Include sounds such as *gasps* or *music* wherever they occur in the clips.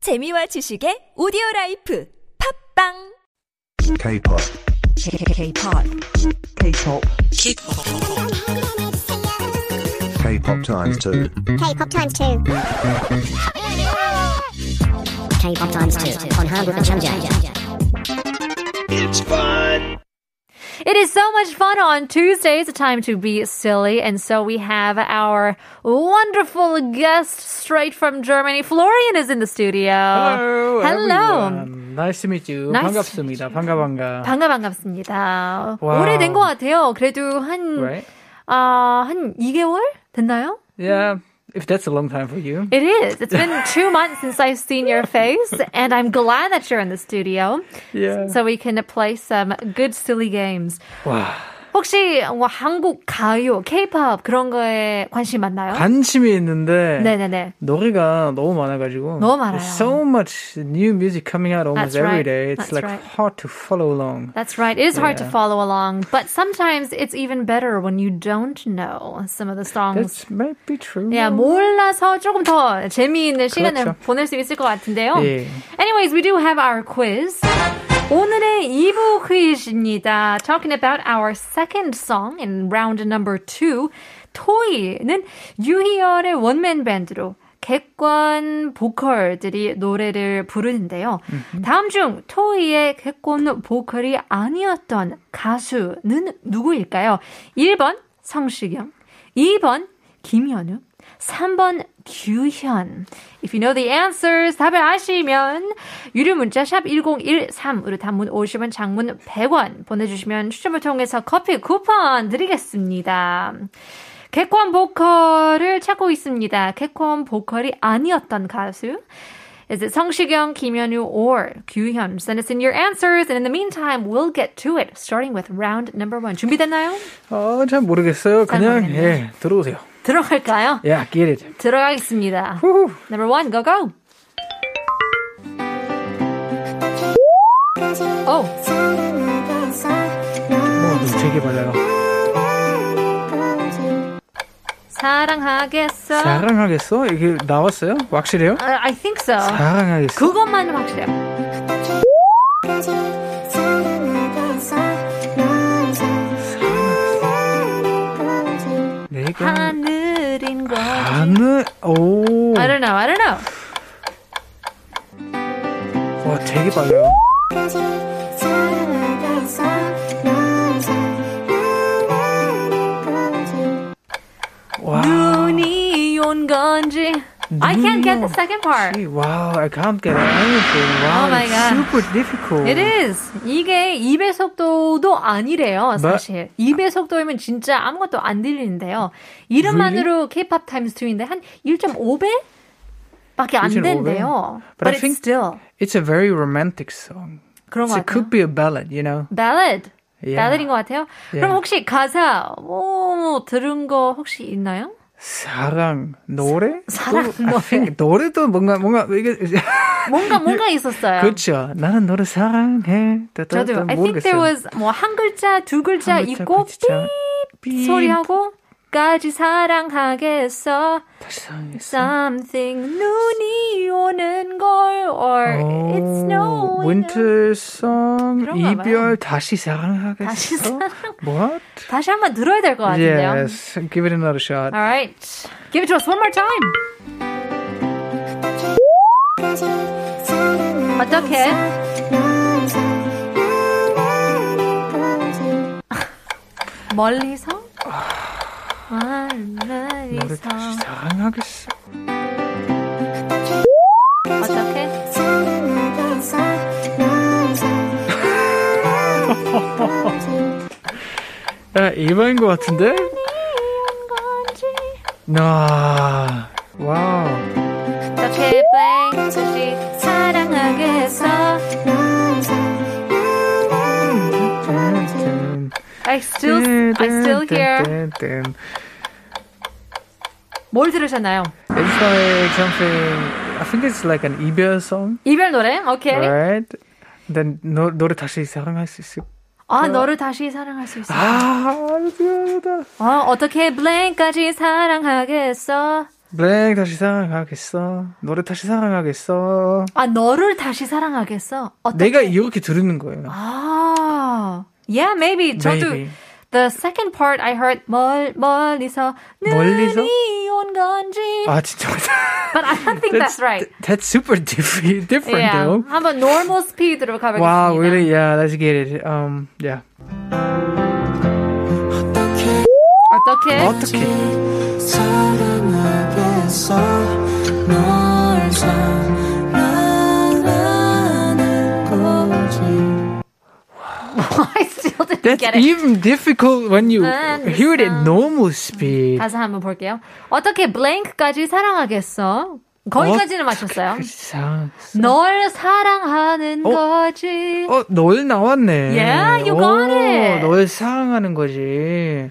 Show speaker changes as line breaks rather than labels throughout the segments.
재미와 지식의 오디오 라이프 팝빵
K-pop.
K-pop. K-pop.
K-pop times two.
K-pop times two. K-pop times two on Hangul and Changja.
It is so much fun on Tuesdays, a time to be silly. And so we have our wonderful guest straight from Germany. Florian is in the studio.
Hello.
Hello.
everyone. Nice to meet you.
Nice to
반갑습니다. 반가 반가.
반가 반갑습니다.
Wow.
오래된 것 같아요. 그래도 한,
Right?
아, 한 2개월 됐나요?
Yeah. If that's a long time for you.
It is. It's
*laughs*
been two months since I've seen your face, and I'm glad that you're in the studio
Yeah.
so we can play some good silly games.
와.
혹시 뭐 한국 가요, K-pop 그런 거에 관심 많나요?
관심이 있는데
네네네.
노래가 너무 많아가지고
너무 많아요.
There's so much new music coming out almost
That's right.
every day. It's
That's
like
right.
hard to follow along.
That's right. It is hard to
Yeah.
follow along, but sometimes it's even better when you don't know some of the songs.
That might be true.
Yeah, 몰라서 조금 더 재미있는
음.
시간을
그렇죠.
보낼 수 있을 것 같은데요.
예.
Anyways, we do have our quiz. 오늘의 2부 퀴즈입니다. Talking about our second song in round number two. 토이는 유희열의 원맨 밴드로 객관 보컬들이 노래를 부르는데요. 다음 중 토이의 객관 보컬이 아니었던 가수는 누구일까요? 1번 성시경, 2번 김현우, 3번 규현. If you know the answers, 답을 아시면 유료 문자 샵 1013으로 단문 50원, 장문 100원 보내주시면 추첨을 통해서 커피 쿠폰 드리겠습니다. 객관 보컬을 찾고 있습니다. 객관 보컬이 아니었던 가수. Is it 성시경, 김현우, or 규현? Send us in your answers, and in the meantime, we'll get to it, starting with round number one. 준비됐나요?
어, 잘 모르겠어요. 그냥
모르겠네.
예, 들어오세요.
들어갈까요?
Yeah, get it.
들어가겠습니다.
후후.
Number one, go go. Oh,
어, 눈 되게 밝아요.
사랑하겠어.
사랑하겠어? 이게 나왔어요? 확실해요?
Uh, I think so.
사랑하겠어.
그것만 확실해요.
내가
하늘인 거.
하늘 오.
I don't know. I don't know.
와 되게 빨라요. 와.
눈이 온 건지. I can't get the second part.
이- Wow, I can't get anything. Wow,
Oh my
it's
God.
super difficult.
It is. 이게 2배 속도도
네.
아니래요, 사실. 2배 속도이면 진짜 아무것도 안 들리는데요. 이름만으로 K-pop times 2인데 한 1.5배? 밖에 안
1.5 배?
된대요.
But I
But, it's
think-
still
It's a very romantic song.
그런 것
It
같아요.
could be a ballad, you know.
ballad.
Yeah.
ballad. 인것 같아요. 그럼
Yeah.
혹시 가사 뭐 들은 거 혹시 있나요?
사랑 노래?
*laughs* 사랑
또, I think 노래도 뭔가 뭔가 이게
뭔가 뭔가 있었어요.
그렇죠. 나는 너를 사랑해. 또, 또,
아. 저도
또
I think there
모르겠어요.
was 뭐 한 글자 두 글자
한 글자,
있고
글자.
삐
삐.
소리하고 까지 사랑하겠어
다시 사랑했어.
something 눈이 오는 걸 or
오,
it's snow
윈터송
그런가 봐요.
이별 다시 사랑하겠어.
다시
What?
다시 한번 들어야 될 것 같은데요. 아,
Yes, give it another shot.
Alright, give it to us one more time. 어떻게? 멀리서? 아,
너를
멀리서
다시 사랑하겠어.
어떻게?
야, 아, 이번인 것 같은데? 나 와우.
어떻게 뺑소시 사랑하겠어? I still, I still hear. 뭘 들으셨나요?
It's like something. I think it's like an 이별 song,
이별 노래? 오케이.
right? Then 너 너를 다시 사랑할 수 있을.
아, 너를 다시 사랑할 수 있어.
아, 미안하다.
어, 어떻게 블랭까지 사랑하겠어?
블랙 다시 사랑하겠어. 노래 다시 사랑하겠어.
아, 너를 다시 사랑하겠어. 어떻게?
내가 이렇게 들으는 거예요.
아, yeah, maybe. 저도
Maybe.
the second part I heard 멀 멀리서
멀리서?
눈이 온 건지.
아 진짜.
But I don't think *laughs* that's, right.
*laughs* That's super different, different
yeah,
though.
한번 normal speed로 가보겠습니다.
Wow, really? Yeah, let's get it. Um, yeah.
어떻게?
어떻게?
사랑하겠어 널 사랑하는 거지
*laughs* I still didn't
That's
get it.
even difficult when you
음,
hear it at normal speed.
가사 한번 볼게요. 어떻게 blank까지 사랑하겠어? 거기까지는 맞췄어요.
그 이상.
널 사랑하는 거지.
어, 널 나왔네.
Yeah, you got
오,
it.
널 사랑하는 거지.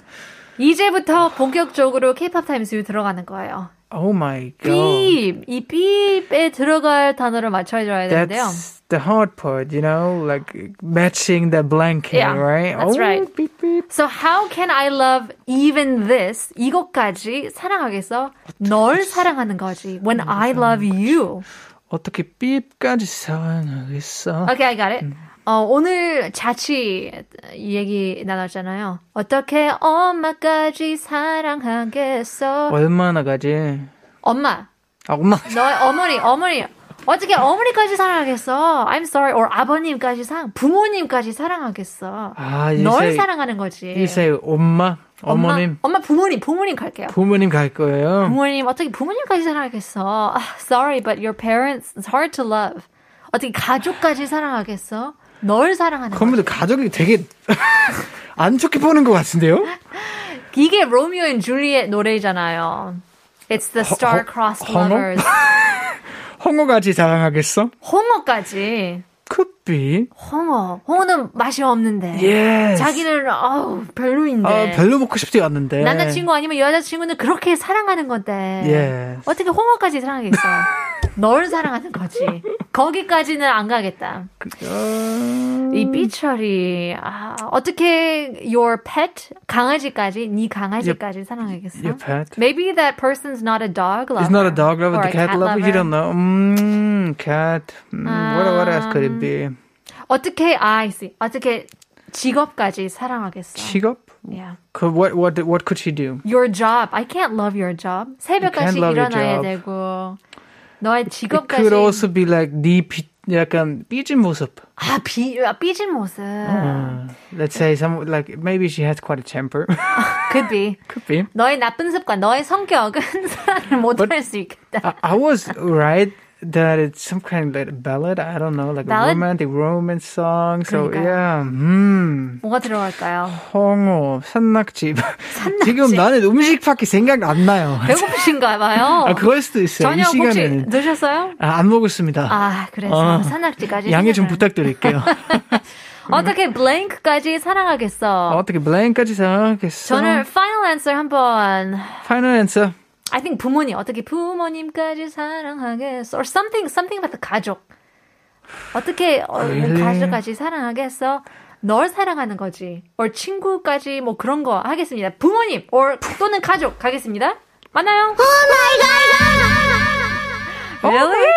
이제부터 본격적으로 K-pop 타임스로 들어가는 거예요.
Oh my god.
삐입 이 삐입에 들어갈 단어를 맞춰줘야 되는데요.
That's the hard part, you know, like matching the blanket,
Yeah,
right?
that's
oh,
right.
Beep, beep.
So how can I love even this? 이것까지 사랑하겠어? 널 사랑하는 거지. When
음,
I love you.
어떻게 삐까지 사랑하겠어?
Okay, I got it.
음.
어, 오늘 자취 얘기 나눴잖아요. 어떻게 엄마까지 사랑하겠어?
얼마나 가지?
엄마,
아, 엄마.
너의 어머니, 어머니. 어떻게 어머니까지 사랑하겠어? I'm sorry. or 아버님까지 사랑, 부모님까지 사랑하겠어.
아, you
널
say-
사랑하는 거지.
You say 엄마,
엄마,
어머님,
엄마, 부모님, 부모님 갈게요.
부모님 갈 거예요.
부모님, 어떻게 부모님까지 사랑하겠어? 아, sorry, but your parents, it's hard to love. 어떻게 가족까지 사랑하겠어? 널 사랑하는 거지.
그러면 가족이 되게 *laughs* 안 좋게 보는 것 같은데요?
이게 로미오 앤 줄리엣 노래잖아요. It's the star-crossed
허- 허-
lovers.
홍어가지 사랑하겠어?
홍어까지.
Could be.
홍어. 홍어는 맛이 없는데.
Yes.
자기는 아우 별로인데.
아, 별로 먹고 싶지 않는데.
남자친구 아니면 여자친구는 그렇게 사랑하는 건데.
Yes.
어떻게 홍어까지 사랑하겠어?
*laughs*
널 사랑하는 거지. 거기까지는 안 가겠다. 이
음.
삐처리 아, 어떻게 your pet 강아지까지 네 강아지까지 사랑하겠어?
your pet.
Maybe that person's not a dog lover.
It's not a dog lover,
or
the
a
cat, lover. You don't know. Mm, cat. Mm,
아.
what, what else could it be?
어떻게 아, I see. 어떻게 직업까지 사랑하겠어?
직업?
yeah.
Could, what what what could she do?
Your job. I can't love your job. 새벽까지
love your
일어나야
job.
되고 너의
It could also
직업까지
be like 네 비, 약간 삐진 모습.
아, 비, 아, 삐진 모습.
음. Let's say some like maybe she has quite a temper. *laughs*
Could be.
could be.
그 너의 나쁜 습관, 너의 성격은 *laughs* 사랑을
뭐-
못할 수 있겠다.
I, I was right that it's some kind of like ballad. I don't know, like
Ballad?
a romantic romance song. So
그러니까요.
yeah, hmm.
뭐가 들어갈까요?
홍어, 산낙지.
산낙지.
지금 나는 음식밖에 생각 안 나요.
배고프신가 봐요.
*laughs* 아, 그럴 수도 있어요. 이
저녁 혹시
시간에는
드셨어요?
아, 안 먹었습니다.
아, 그래서
어.
산낙지까지
양해 좀
생각을-
부탁드릴게요.
어떻게 블랭크까지 *laughs* 사랑하겠어?
어떻게 블랭까지 생각했어?
저는 final answer 한번.
파이널 엔서.
I think 부모님 어떻게 부모님까지 사랑하겠어? Or something something about the 가족. 어떻게 어,
Really?
가족까지 사랑하겠어? 널 사랑하는 거지. Or 친구까지 뭐 그런 거 하겠습니다. 부모님 or 또는 가족 가겠습니다. 맞나요? Really?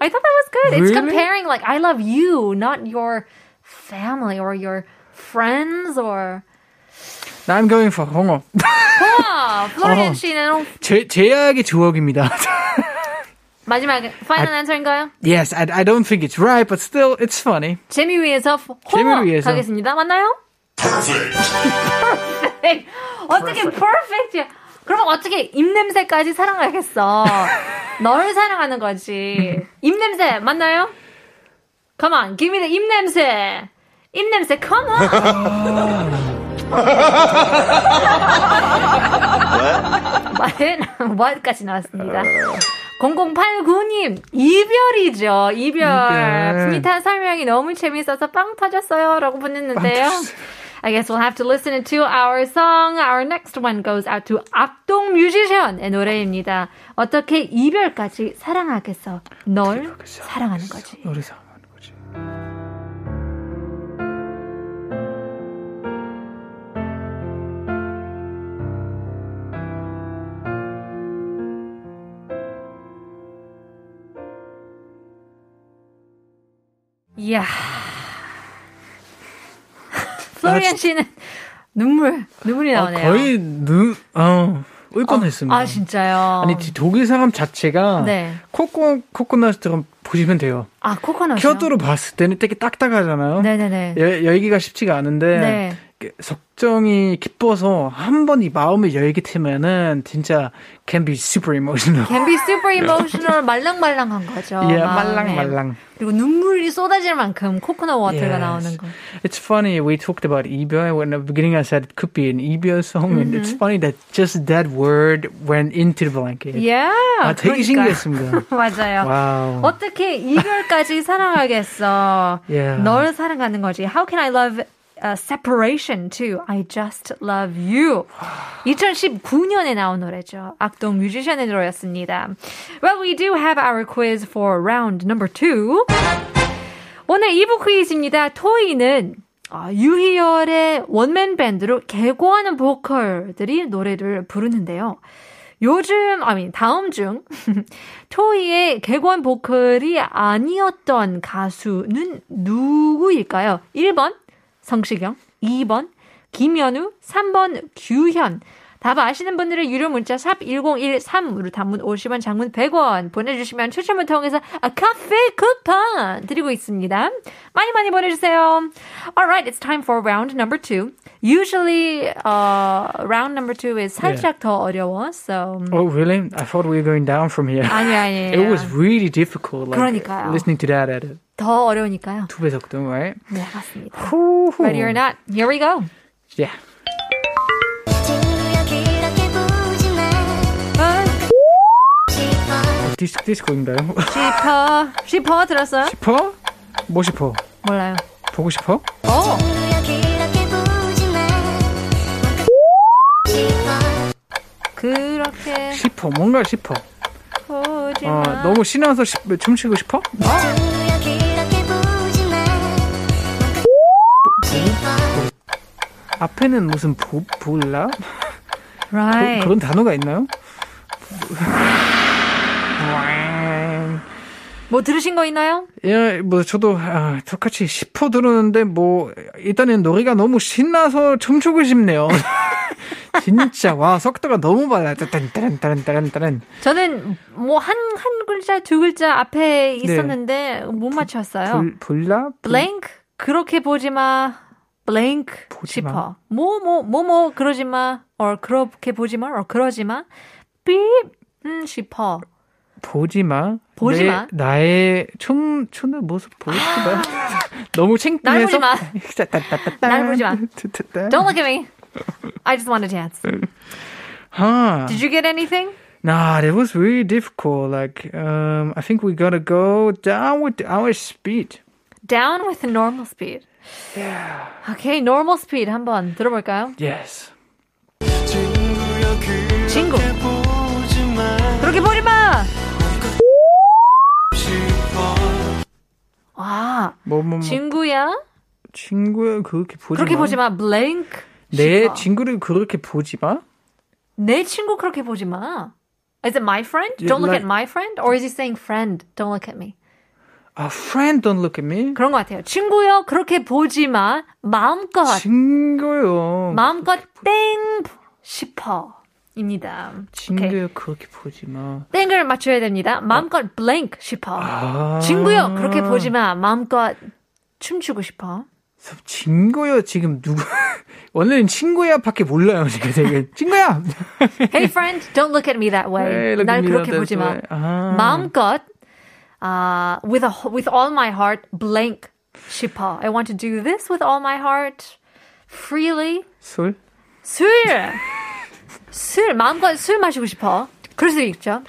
I thought that was good. It's
Really?
comparing like I love you, not your family or your friends or.
I'm going for 홍어. *laughs*
아, 플로리안 씨는
제, 제약의 주옥입니다. *laughs*
마지막 파이널 answer인가요?
yes, I, I don't think it's right, but still, it's funny.
재미 위해서 홍어
재미를 위해서.
가겠습니다. 맞나요? Perfect. *laughs* 어떻게 perfect이야? 그러면 어떻게 입냄새까지 사랑하겠어? 너를 사랑하는 거지. 입냄새 맞나요? Come on, give me the 입냄새. 입냄새, come on. *laughs* 말은 what까지 뭐? 네? 나왔습니다. 0089님, 이별이죠, 이별.
이별.
스미탄 설명이 너무 재밌어서 빵 터졌어요. 라고 보냈는데요. I guess we'll have to listen to our song. Our next one goes out to 악동 뮤지션의 노래입니다. 어떻게 이별까지 사랑하겠어? 널 사랑하는 거지.
노래 사랑하는 거지. *laughs*
이야. 플로리안 씨는 눈물, 눈물이
아,
나오네요.
거의 눈, 어, 울 뻔했습니다.
아, 진짜요?
아니, 이 독일 사람 자체가
네.
코코, 코코넛처럼 보시면 돼요.
아, 코코넛.
켜도로 봤을 때는 되게 딱딱하잖아요.
네네네.
여, 열기가 쉽지가 않은데
네.
이렇게 석정이 기뻐서 한 번 이 마음을 열게 되면은 진짜 can be super emotional.
Can be super emotional, 말랑말랑한 거죠.
예,
마음에.
말랑말랑.
그리고 눈물이 쏟아질 만큼 코코넛 워터가
Yes.
나오는 거.
It's funny we talked about 이별 when at the beginning I said it could be an 이별 song and
Mm-hmm.
it's funny that just that word went into the blanket.
Yeah.
아, 되게
예, 그러니까요.
신기했습니다.
*laughs* 맞아요.
와우.
어떻게 이별까지 사랑하겠어?
Yeah.
널 사랑하는 거지. How can I love uh, separation too? I just love you. 2019년에 나온 노래죠. 악동 뮤지션의 노래였습니다. Well, we do have our quiz for round number two. 오늘 2부 퀴즈입니다. 토이는 어, 유희열의 원맨 밴드로 개고하는 보컬들이 노래를 부르는데요. 요즘, I mean, 다음 중, *laughs* 토이의 개관 보컬이 아니었던 가수는 누구일까요? 1번, 성시경, 2번, 김현우, 3번, 규현. 답 아시는 분들은 유료 문자 샵 1013으로 단문 50원, 장문 100원 보내주시면 추첨을 통해서 아, 카페 쿠폰 드리고 있습니다. 많이 많이 보내주세요. Alright, it's time for round number two. Usually, uh, round number two is
예.
살짝 더 어려워. So,
Oh really? I thought we were going down from here.
아니
*laughs*
아니.
It was really difficult. Like,
Ah, 그러니까요.
Listening to that at a
더 어려우니까요.
two 배속등, right?
네, 맞습니다.
Woo-hoo.
Ready or not? Here we go.
Yeah. 디스, 디스코인가요?
싶어, 싶어 들었어요?
싶어? 뭐 싶어?
몰라요.
보고 싶어?
오, 그렇게
싶어 뭔가 싶어
보지
어,
마.
너무 신나서 싶- 춤추고 싶어? 뭐? 앞에는 무슨 보, 볼라?
right.
그, 런 단어가
*laughs*
있나요? *laughs*
뭐 들으신 거 있나요?
예, 뭐 저도 아, 똑같이 싶어 들었는데 뭐 일단은 노래가 너무 신나서 춤추고 싶네요 *laughs* 진짜 와 속도가 너무 빨라 따란따란따란따란
저는 뭐 한 한 글자 두 글자
네.
앞에 있었는데 못
그,
맞췄어요.
볼- 볼라?
blank 그렇게 보지 마. blank
보지 마.
싶어. 뭐 뭐 뭐 뭐 그러지 마. or 그렇게 보지 마. or 그러지 마. 삐 음, 싶어.
보지마.
보지 마.
나의 춤 추는 모습
*gasps*
보지마. 너무
날 보지
창피해서.
마.
*laughs* 따따따따따.
날 보지 마.
따따따.
Don't look at me. I just want to dance.
Huh.
Did you get anything?
Nah, 아, that was really difficult. Like, um, I think we gotta go down with our speed.
Down with normal speed. Yeah. Okay, normal speed 한번 들어볼까요?
Yes.
친구. 그렇게 보지 마. 아,
뭐, 뭐, 뭐.
친구야.
친구야, 그렇게 보지
그렇게
마.
보지 마. Blank.
내
싶어.
친구를 그렇게 보지 마?
내 친구 그렇게 보지 마. Is it my friend?
Yeah,
Don't look
like-
at my friend? Or is he saying friend? Don't look at me.
A friend don't look at me.
그런 것 같아요. 친구여, 그렇게 보지 마. 마음껏.
친구요.
마음껏 땡 싶어. 입니다.
친구야, 그렇게 보지 마.
땡을 맞춰야 됩니다. 마음껏 blank 싶어.
아.
친구여, 그렇게 보지 마. 마음껏 춤추고 싶어.
친구요 지금 누구 원래는 친구야 밖에 몰라요 지금 되게 친구야
Hey friend, don't look at me that way.
이렇게
날 그렇게
밀어대서.
보지 마.
아.
마음껏 아, with a, with all my heart blank 싶어. I want to do this with all my heart freely.
술 한 잔
*laughs* 술. 술 마음껏 술 마시고 싶어. 그럴 수 있죠.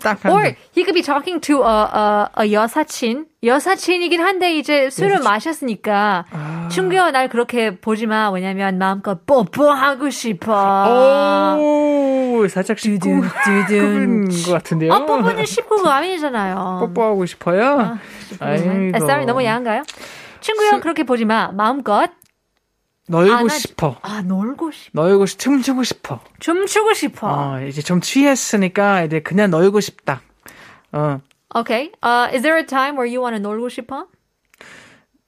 딱 한
Or
잔.
he could be talking to a, a, a 여사친. 여사친이긴 한데 이제 술을 마셨으니까
아.
충격 날 그렇게 보지 마. 왜냐면 마음껏 뽀뽀하고 싶어.
오 살짝
두둔,
씹고
두둔.
씹은 것 같은데요
아, 뽀뽀는 씹고가 아니잖아요.
뽀뽀하고 싶어요 아이고.
아, 쌀이 너무 야한가요? 친구야 그렇게 보지 마. 마음껏.
널고
안아-
싶어
아 놀고 싶.
널고 싶 춤추고 싶어
춤추고 싶어.
어, 이제 좀 취했으니까 이제 그냥 널고 싶다 어
Okay. Uh, is there a time where you want to 놀고 싶어?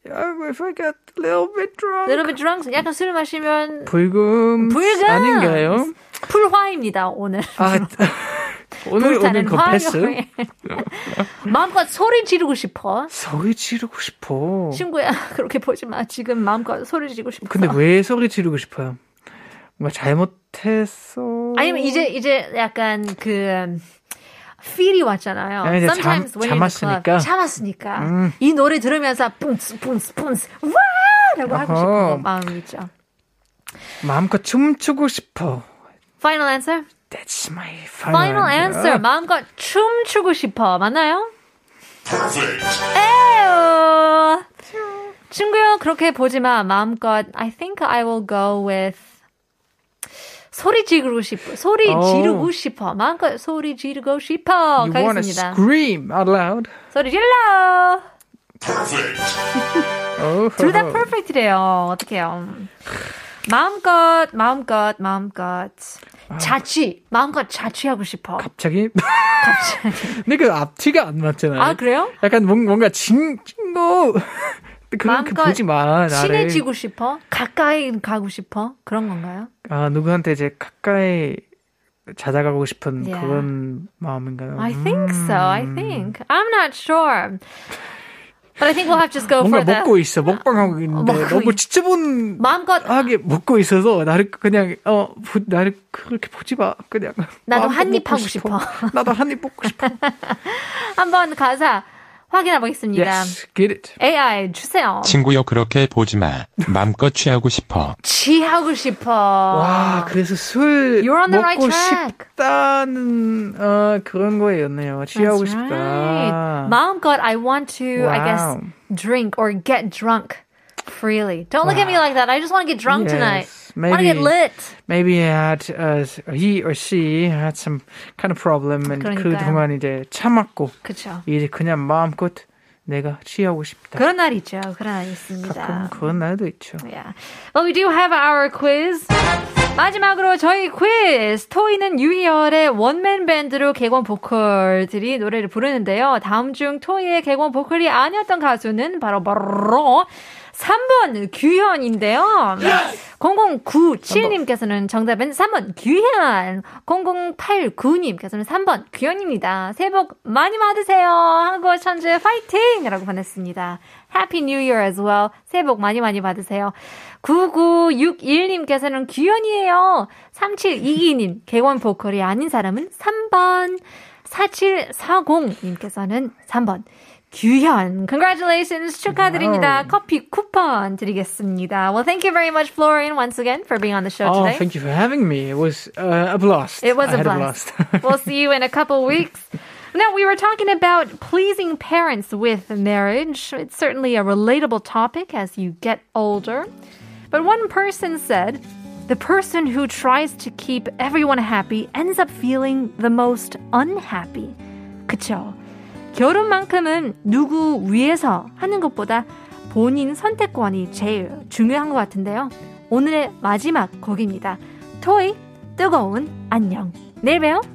Yeah, if I get a little bit drunk.
little bit drunk. 약간 술 마시면
불금,
불금! *laughs*
아닌가요?
풀화입니다 오늘.
아, 오늘 오늘
불타는
건패스.
화요일. *laughs* 마음껏 소리 지르고 싶어.
소리 지르고 싶어.
친구야 *laughs* 그렇게 보지 마. 지금 마음껏 소리 지르고 싶어.
근데 뭐- 왜 소리 지르고 싶어요? 뭔가 잘못했어.
아니면 이제 이제 약간 그 필이 왔잖아요.
아, 이제 잠-
Sometimes when you're in the
참았으니까.
club,
음.
참았으니까 이 노래 들으면서 뿡스 뿡스 뿡스 와라고 하고
어허.
싶은 마음이 있죠.
마음껏 춤추고 싶어.
Final answer.
That's my
Final
final,
answer. 마음껏 춤추고 싶어. 맞나요? 에요. 친구야, 그렇게 보지 마. 마음껏. I think I will go with 소리 지르고 싶어. 소리
오.
지르고 싶어. 마음껏 소리 지르고 싶어.
You wanna
가겠습니다.
scream out loud?
소리 질러.
*laughs*
둘다
어허.
퍼펙트래요. 어떡해요. 마음껏, 마음껏, 마음껏. 자취. 마음껏 자취하고 싶어.
아. 갑자기. *laughs* 근데 그 앞뒤가 안 맞잖아요.
아, 그래요?
약간 뭔- 뭔가 징, 징거. 그렇게
마음껏
보지 마. 나를.
친해지고 싶어? 가까이 가고 싶어? 그런 건가요?
아, 누구한테 이제 가까이 찾아가고 싶은
Yeah.
그런 마음인가요?
I think so. I
음.
think. I'm not sure. But I think we'll have to just go
뭔가
for the
먹고 있어. 먹방하고 있는데
먹고
너무
있-
지쳐본
마음껏
하게 먹고 있어서 나를 그냥 어 보- 나를 그렇게 보지 마. 그냥 마음껏
나도 한입
먹고
하고 싶어.
나도 한입 먹고
*laughs*
싶어.
한번 가사 확인해 보겠습니다.
yes, get it.
AI 주세요.
친구여 그렇게 보지 마. 맘껏 취하고 싶어.
취하고 싶어.
와, 아, 그래서 술
You're on the right
먹고
track.
싶다는 어, 그런 거였네요. 취하고
That's
싶다.
right. 마음껏 I want to, I
Wow.
guess, drink or get drunk freely. Don't look at me like that. I just want to get drunk
Yes,
tonight. I want to get
maybe.
lit.
Maybe had uh, he or she had some kind of problem, and 그
그러니까요.
동안 이제 참았고
그쵸.
이제 그냥 마음껏 내가 취하고 싶다.
그런 날 있죠. 그런 날 있습니다.
가끔 그런 날도 있죠.
Yeah. Well, we do have our quiz. 마지막으로 저희 quiz. 토이는 유희열의 원맨 밴드로 개원 보컬들이 노래를 부르는데요. 다음 중 토이의 개원 보컬이 아니었던 가수는 바로 바로 3번 규현인데요. 0097님께서는 정답은 3번 규현. 0089님께서는 3번 규현입니다. 새해 복 많이 받으세요. 한국어 천재 파이팅! 라고 보냈습니다. Happy New Year as well. 새해 복 많이 많이 받으세요. 9961님께서는 규현이에요. 3722님, 개원 보컬이 아닌 사람은 3번. 4740님께서는 3번. 규현, congratulations 축하드립니다. 커피 쿠폰 드리겠습니다. Well, thank you very much, Florian, once again for being on the show
Oh,
today.
thank you for having me. It was uh, a blast.
It was
I
a
had
blast.
a blast. *laughs*
*laughs* we'll see you in a couple weeks. Now, we were talking about pleasing parents with marriage. It's certainly a relatable topic as you get older. But one person said the person who tries to keep everyone happy ends up feeling the most unhappy. 그쵸? 결혼만큼은 누구 위해서 하는 것보다 본인 선택권이 제일 중요한 것 같은데요. 오늘의 마지막 곡입니다. 토이, 뜨거운 안녕. 내일 봬요.